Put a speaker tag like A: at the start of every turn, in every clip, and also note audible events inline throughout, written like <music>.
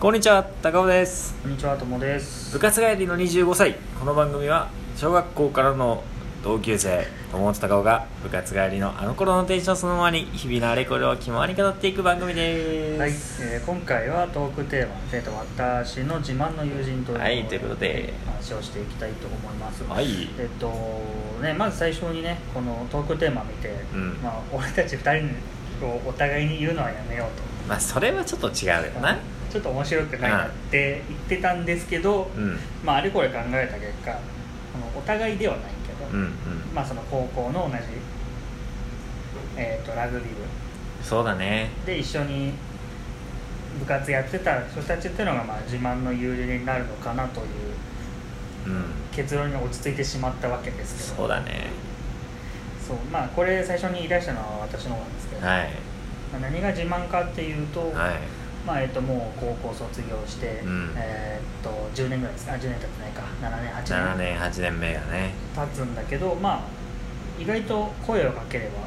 A: こんにちは高尾です
B: こんにちは、ともです。
A: 部活帰りの25歳この番組は小学校からの同級生友本高尾が部活帰りのあの頃のテンションそのままに日々のあれこれを気ままに語っていく番組です
B: はい、えー今回はトークテーマ、えーと私の自慢の友人というのを
A: はいということで
B: 話をしていきたいと思います。
A: はい
B: えっとね、まず最初にね、このトークテーマ見て、
A: うん
B: まあ、俺たち2人をお互いに言うのはやめよう
A: まあそれはちょっと違うよ
B: と、
A: な
B: ちょっと面白くないなって言ってたんですけど、
A: うんうん
B: まあ、あれこれ考えた結果、このお互いではないけど、
A: うん
B: まあ、その高校の同じ、えーとラグビー部。
A: そうだね
B: で一緒に部活やってた人たちっていうのがまあ自慢の友人になるのかなという
A: うん
B: 結論に落ち着いてしまったわけですけど
A: そうだね
B: そうまあこれ最初に言い出したのは私の方なんですけど、
A: はい
B: まあ何が自慢かっていうと、
A: はい
B: まあえっともう高校卒業して、
A: うん
B: えっと10年ぐらいですかあ10年経ってないか7年8
A: 7
B: 年
A: 年8年目がね
B: 経つんだけどまあ意外と声をかければ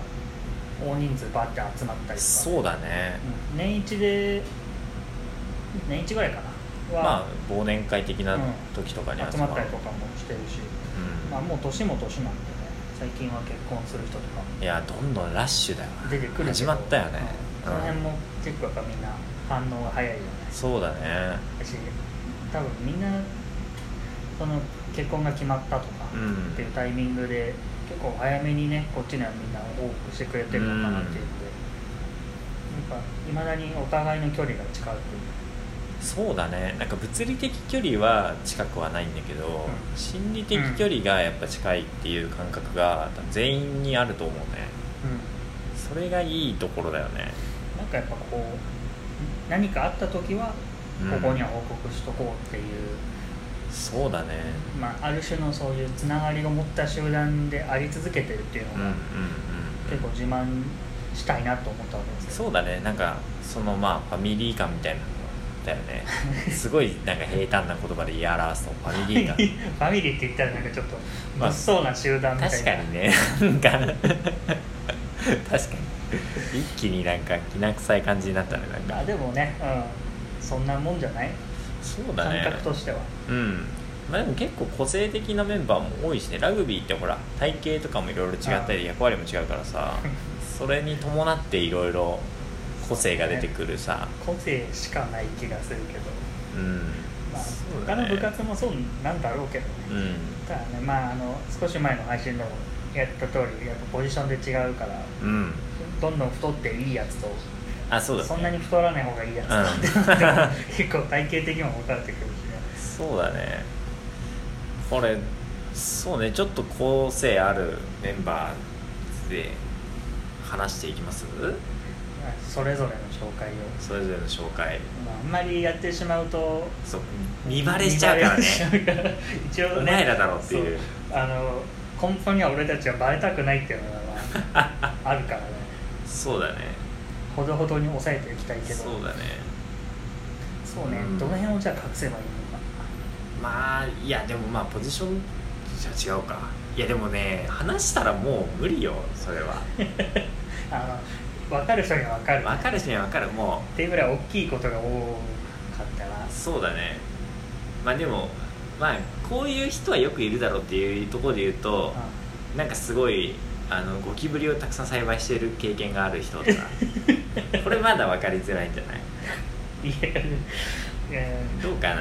B: 大人数バーって集まったりとか
A: そうだね
B: うん年一で年一ぐらいかなは、
A: まあ忘年会的な時とかに
B: 集まったりとかもしてるし、
A: うん
B: まあ、もう年も年なんでね最近は結婚する人とか
A: いやどんどんラッシュだよ
B: 出てくるけど
A: 始まったよね、
B: うんその辺
A: うん
B: も結構やっぱみんな反応が早いじゃないです
A: そうだね
B: かし多分みんなその結婚が決まったとか
A: う
B: っていうんタイミングで結構早めにねこっちにはみんな多くしてくれてるのかなっていうので、なんかいまだにお互いの距離が近く
A: そうだねなんか物理的距離は近くはないんだけど、
B: ん
A: 心理的距離がやっぱ近いっていう感覚が多分全員にあると思うね
B: うん
A: それがいいところだよね
B: なんかやっぱこう何かあった時は
A: うん
B: ここには報告しとこうっていう、
A: そうだね
B: まあ、ある種のそういうつながりを持った集団であり続けてるっていう
A: うん
B: の
A: うんう
B: が、
A: ん
B: 結構自慢したいなと思ったわけですよ
A: そうだねなんかそのまあファミリー感みたいなのだよ
B: <laughs>
A: ねすごいなんか平坦な言葉で言い表すとファミリー感
B: <laughs> ファミリーって言ったらなんかちょっと
A: まあ
B: 物騒な集団みたいな、
A: 確かにねなんか確かに一気になんかきな臭い感じになったねなん
B: まあ
A: か
B: でもね、うん、そんなもんじゃない、
A: そうだ
B: 感
A: ね
B: 覚としては
A: うんまあでも結構個性的なメンバーも多いしねラグビーってほら体型とかもいろいろ違ったり役割も違うからさそれに伴っていろいろ個性が出てくるさ
B: 個性しかない気がするけど、
A: うん
B: まあ
A: そう
B: 他
A: だ
B: の
A: ね
B: 部活もそうなんだろうけどね、
A: うん
B: ただねまああの少し前の配信でもやった通りやっぱポジションで違うから
A: うん
B: どんどん太っていいやつと
A: あそうだね
B: んなに太らない方がいいやつと、
A: <laughs>
B: 結構体型的にも分かれてくるしね
A: そうだねこれそうねちょっと個性あるメンバーで話していきます
B: まあそれぞれの紹介を、
A: それぞれの紹介
B: まあ、あんまりやってしまうと
A: そう見バレしちゃうからね
B: 見バレしちゃうから一応
A: お
B: ね
A: 前らだろっていう
B: そあの根本には俺たちはバレたくないっていうのが、まあ、あるからね
A: そうだね
B: ほどほどに抑えていきたいけど
A: そうだね
B: そうね、
A: うん
B: どの辺をじゃあ隠せばいいのか
A: まあいやでもまあポジションじゃ違うかいやでもね話したらもう無理よそれは
B: <laughs> あの分かる人には分かる
A: 分かるしね分かるもう
B: っていうぐらい大きいことが多かったな
A: そうだねまあでもまあこういう人はよくいるだろうっていうところで言うと、なんかすごいあのゴキブリをたくさん栽培してる経験がある人
B: <laughs>
A: とかこれまだ分かりづらいんじゃない
B: いやいや
A: どうかな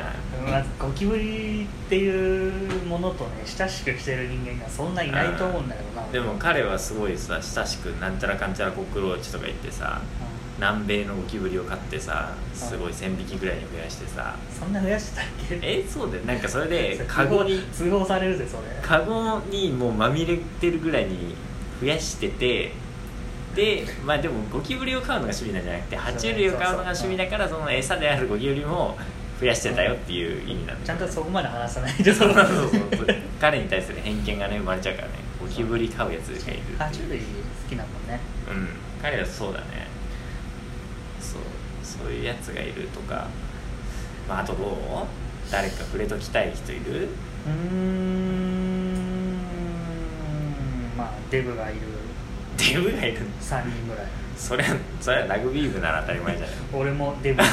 B: まあゴキブリっていうものとね親しくしてる人間がそんないないと思うんだけどな
A: でも彼はすごいさ親しくなんちゃらかんちゃらコクローチとか言ってさ
B: う
A: 南米のゴキブリを飼ってさすごい1000匹ぐらいに増やしてさ
B: んそんな増やしてたっけ
A: えそうだよなんかそれで
B: それ
A: カゴに
B: 通報通報されるぜそれ
A: カゴにもうまみれてるぐらいに増やしててでまあでもゴキブリを飼うのが趣味なんじゃなくて爬虫類を飼うのが趣味だからその餌であるゴキブリも増やしてたよっていう意味なん
B: ちゃ
A: だ
B: んとそこまで話さないと
A: <laughs> そうそうそう <laughs> そう彼に対する偏見がね生まれちゃうからねゴキブリ飼うやつがいる
B: 爬虫類好きなもんね
A: うん彼はそうだねそうそういうやつがいるとかまああとどう誰か触れときたい人いる
B: うーんまあデブがいる
A: デブがいる
B: 3人ぐらい
A: <laughs> そりゃそりゃラグビー部なら当たり前じゃない
B: 俺もデブ
A: い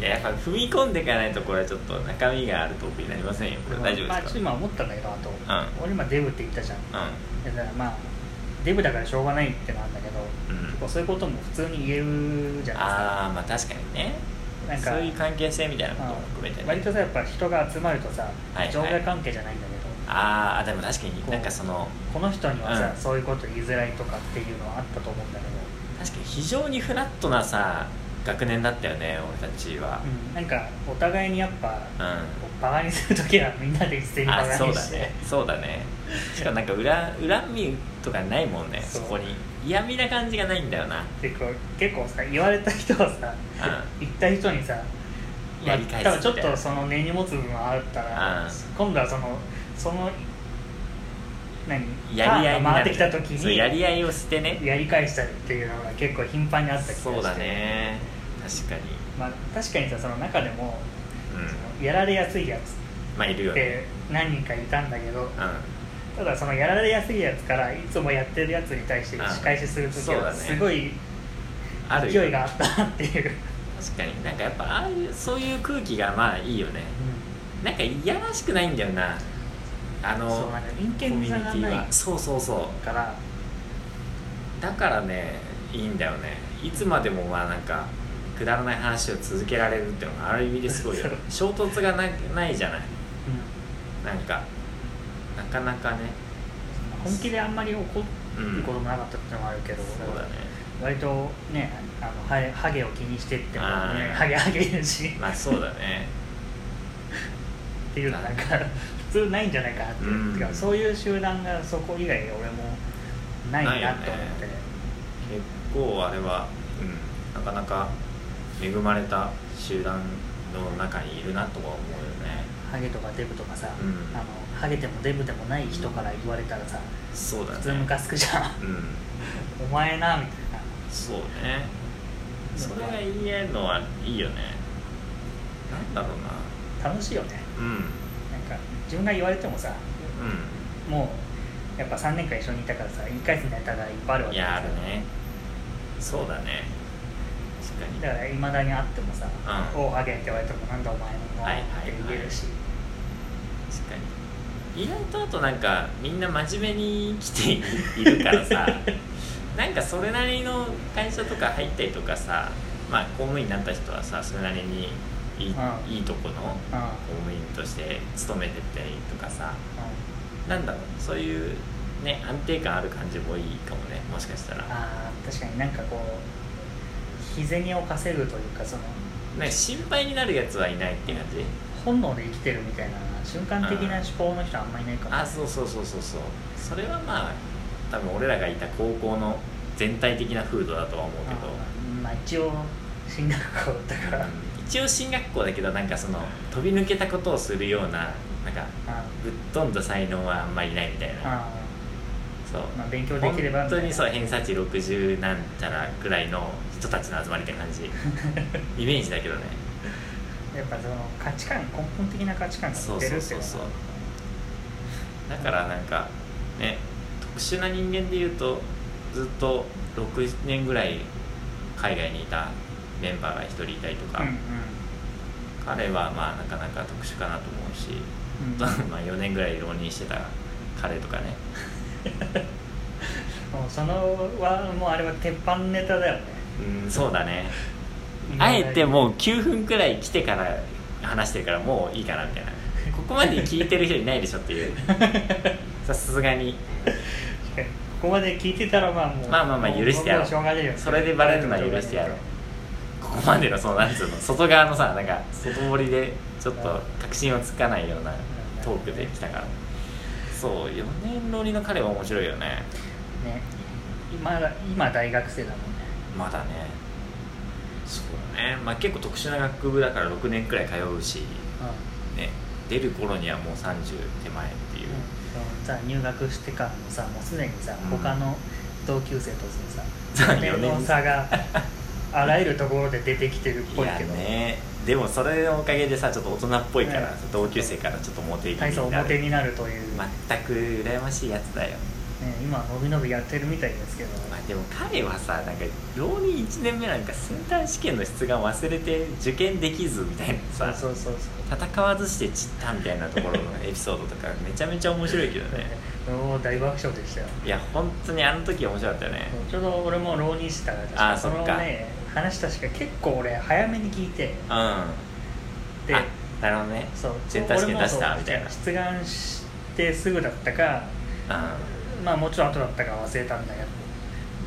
A: ややっぱ踏み込んでいかないとこれはちょっと中身があるトークになりませんよこれ大丈
B: まあ、
A: 夫で
B: ちょっ
A: す
B: と今思ったんだけどあと、
A: ん
B: 俺今デブって言ったじゃん
A: か
B: いやだからまあデブだからしょうがないってなんだけど、
A: うん、うん
B: 結構そういうことも普通に言えるじゃな
A: ああまあ確かにね
B: いですか
A: そう
B: ない
A: うん
B: か
A: 関係性みたいなことも含めて
B: うん
A: ね
B: 割とさやっぱ人が集まるとさ、
A: はいはい
B: 上下関係じゃないんだけど
A: ああでも確かになんかその
B: この人にはさ、
A: うん
B: そういうこと言いづらいとかっていうのはあったと思うんだけど、
A: 確かに非常にフラットなさ学年だったよね俺たちは
B: うんなんかお互いにやっぱ
A: うん、
B: バカにする時はみんなで一斉にバ
A: あ
B: カ
A: そう
B: に
A: だ
B: して、
A: ねそうだねしかもなんか恨恨みとかないもんね
B: そ
A: そうこに嫌味な感じがないんだよな、
B: でこう結構さ言われた人はさ
A: う
B: 言った人にさ、
A: ん、
B: ま
A: や
B: あ
A: り返
B: 多
A: すみ
B: 分ち
A: た
B: ょっ
A: いな
B: とその根に持つ部分あったら、
A: うん
B: 今度はそのその何
A: やり合いに
B: ターンが
A: な
B: 回
A: る
B: ってきた時
A: そう
B: に
A: やり合いを捨てね
B: やり返したりっていうのが結構頻繁にあった気がして
A: そうだね確かに
B: まあ、確かにさその中でも、
A: うん
B: そのやられやすいやつ
A: まあいる
B: っ
A: よね
B: て何人かいたんだけど、
A: う
B: ただそのやられやすいやつからいつもやってるやつに対して
A: うん
B: 仕返しする時
A: そうだ
B: は
A: ね
B: すごい
A: んあるよ
B: 勢いがあったなっていう、
A: 確かになんかやっぱああいうそういう空気がまあいいよねなんかいやらしくないんだよなあの
B: そうなんか陰険さがない
A: コミュニティはそうそうそう
B: から
A: だからねいいんだよねいつまでもまあなんかくだらない話を続けられるっていうのがある意味です
B: <laughs>
A: ごいよね衝突がなないじゃないなんかなかなかね
B: 本気であんまり怒ることもなかったっていうのもあるけど、
A: そうだね
B: 割とねあのハゲハゲを気にしてっても
A: あ
B: ね
A: ー
B: ハゲハゲいるし
A: まあそうだね
B: っていうのなんか普通ないんじゃないかなっていう,、
A: うん
B: てかそういう集団がそこ以外俺もないなと思っ
A: ない
B: て、
A: よね結構あれは、うん、なかなか恵まれた集団の中にいるなとは思うよね
B: ハゲとかデブとかさ、
A: うん
B: あのハゲてもデブでもない人から言われたらさ
A: そうだね
B: 普通ムカつくじゃん
A: うん
B: お前なみたいな
A: そうねそれが言えるのはいいよねなんだろうな
B: 楽しいよね
A: うん
B: なんか自分が言われてもさもうやっぱ3年間一緒にいたからさ言い返すネタがいっぱいある
A: う
B: わ
A: んい
B: けだ
A: や
B: か
A: あ
B: ら
A: るねそうだね確かに
B: だからいまだに会ってもさ「
A: うん
B: おうハゲ」って言われても「なんだお前も」
A: はいはい
B: って言えるし、
A: 確かに意外とあとなんかみんな真面目に生きているから
B: <laughs>
A: さなんかそれなりの会社とか入ったりとかさまあ公務員になった人はさそれなりにいい,、
B: うん
A: いいとこの公務員として勤めてったりとかさ
B: うん
A: な
B: うん
A: んだろうそういうね安定感ある感じもいいかもねもしかしたら、
B: あー確かになんかこう日銭を稼ぐというかその
A: ね、心配になるやつはいないって感じ
B: 本能で生きてるみたいな瞬間的な思考の人あんまりいないかも
A: あそうそうそうそうそうそれはまあ多分俺らがいた高校の全体的な風土だとは思うけど、
B: うんまあ一応進学校だから、うん
A: 一応進学校だけどなんかその飛び抜けたことをするようななんかぶっ飛んだ才能はあんまりないみたいな
B: あ
A: そう、
B: まあ勉強できればみ
A: 本
B: た
A: 当
B: いな
A: にそう偏差値60なんちゃらぐらいの人たちの集まりって感
B: <laughs>
A: じイメージだけどね
B: ーやっぱその価値観根本的な価値観が
A: そ
B: 似
A: う
B: て
A: そ
B: る
A: う
B: って
A: そ
B: い
A: うう
B: の
A: そう
B: は
A: だからなんかね特殊な人間でいうとずっと6年ぐらい海外にいたメンバーが1人いたりとか、
B: うんうん
A: 彼はまあなかなか特殊かなと思うし
B: う
A: <laughs>
B: ん
A: まあ4年ぐらい浪人してた彼とかね
B: もうそのはもうあれは鉄板ネタだよね <laughs>
A: うんそうだねあえてもう9分くらい来てから話してるからもういいかなみたいなここまで聞いてる人いないでしょっていう
B: <laughs>
A: さすがに
B: 確かにここまで聞いてたらまあもう
A: まあまあまあ許してやろう
B: もうしょうがねえよ
A: それでバレるのは許してやろうここまでのそのなんつうの外側のさなんか外堀でちょっと確信をつかないようなトークで来たからそう4年浪人の彼は面白いよね
B: ね今だ今大学生だもんね
A: まだねそうだねまあ結構特殊な学部だから6年くらい通うし
B: う
A: ね出る頃にはもう30手前っていう、
B: んさ入学してからもさもうすでにさ、
A: うん
B: 他の同級生と <laughs> さ
A: そう
B: 年
A: 四
B: の
A: 年
B: 差があらゆるところで出てきてるっぽい
A: いや
B: けど、
A: ねでもそれのおかげでさちょっと大人っぽいから、
B: ね
A: 同級生からちょっとモテ気味
B: 大層
A: にな
B: 表
A: る
B: になるという、
A: 全く羨ましいやつだよ
B: 今伸び伸びやってるみたいですけど、
A: まあ、でも彼はさなんか浪人1年目なんかセンター試験の出願忘れて受験できずみたい
B: <laughs> そ
A: な
B: う
A: さ
B: そうそうそう
A: 戦わずして散ったみたいなところのエピソードとかめちゃめちゃ面白いけどね
B: おー大爆笑でしたよ
A: いや本当にあの時面白かったよね
B: ちょうど俺も浪人してたから確
A: あー
B: その
A: そっか
B: ね話確か結構俺早めに聞いて
A: うんあ
B: で
A: なるほどね
B: そう
A: センター試験出した
B: 俺もそう
A: みたいな
B: 出願してすぐだったかまあもちろん後だったか忘れたんだけど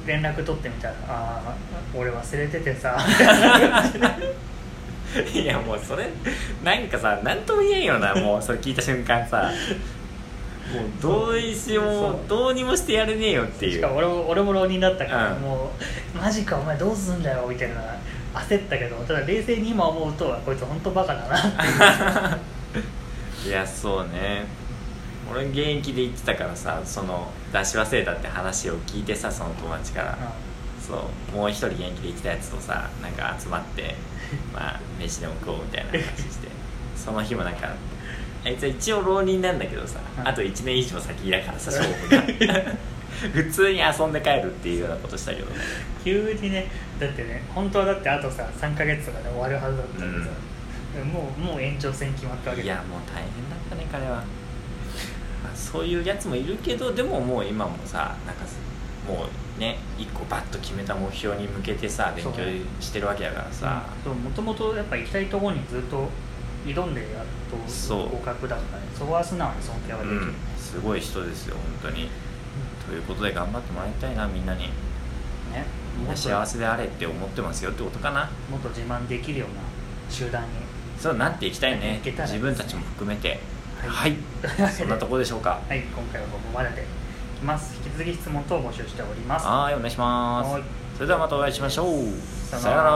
B: 連絡取ってみたら「ああ俺忘れててさ」
A: うん <laughs> いやもうそれなんかさ何とも言えんよなもうそれ聞いた瞬間
B: <laughs>
A: さもうどうしようどうにもしてやれねえよってい
B: し
A: う
B: かも俺も俺も浪人だったから、
A: うん
B: もうマジかお前どうすんだよみたいな焦ったけどただ冷静に今思うとこいつ本当バカだなって
A: いやそうね俺現役で行ってたからさその出し忘れたって話を聞いてさその友達から、そうもう一人現役で行ってたやつとさなんか集まってまあ飯でも食おうみたいな話してその日もなんかあいつは一応浪人なんだけどさ、
B: うん
A: あと1年以上先だからさ勝負
B: <laughs>
A: が普通に遊んで帰るっていうようなことしたけどね <laughs>
B: 急にねだってね本当はだってあとさ3ヶ月とかで終わるはずだったけどさ、もうもう延長戦決まったわけ
A: い
B: だ
A: やもう大変だったね彼は、まあ、そういうやつもいるけどでももう今もさなんかすもうね一個バッと決めた目標に向けてさ勉強してるわけだからさ
B: もともとやっぱ行きたいところにずっと挑んでやっと
A: そう
B: 合格だからねそこは素直に尊敬は
A: う
B: できる、
A: んすごい人ですよ本当にということで頑張ってもらいたいなみんなに
B: ね
A: みんな
B: もっと
A: 幸せであれって思ってますよってことかな
B: もっと自慢できるような集団に
A: そうなっていきたいね
B: いけたらい
A: 自
B: いですね
A: 分たちも含めて
B: は
A: はいい、
B: <laughs>
A: そんなとこでしょうか
B: はい、今回はここまででいきます。引き続き質問等を募集しております。
A: はいお願いします
B: はい
A: それではまたお会いしましょう
B: さよなら
A: さよなら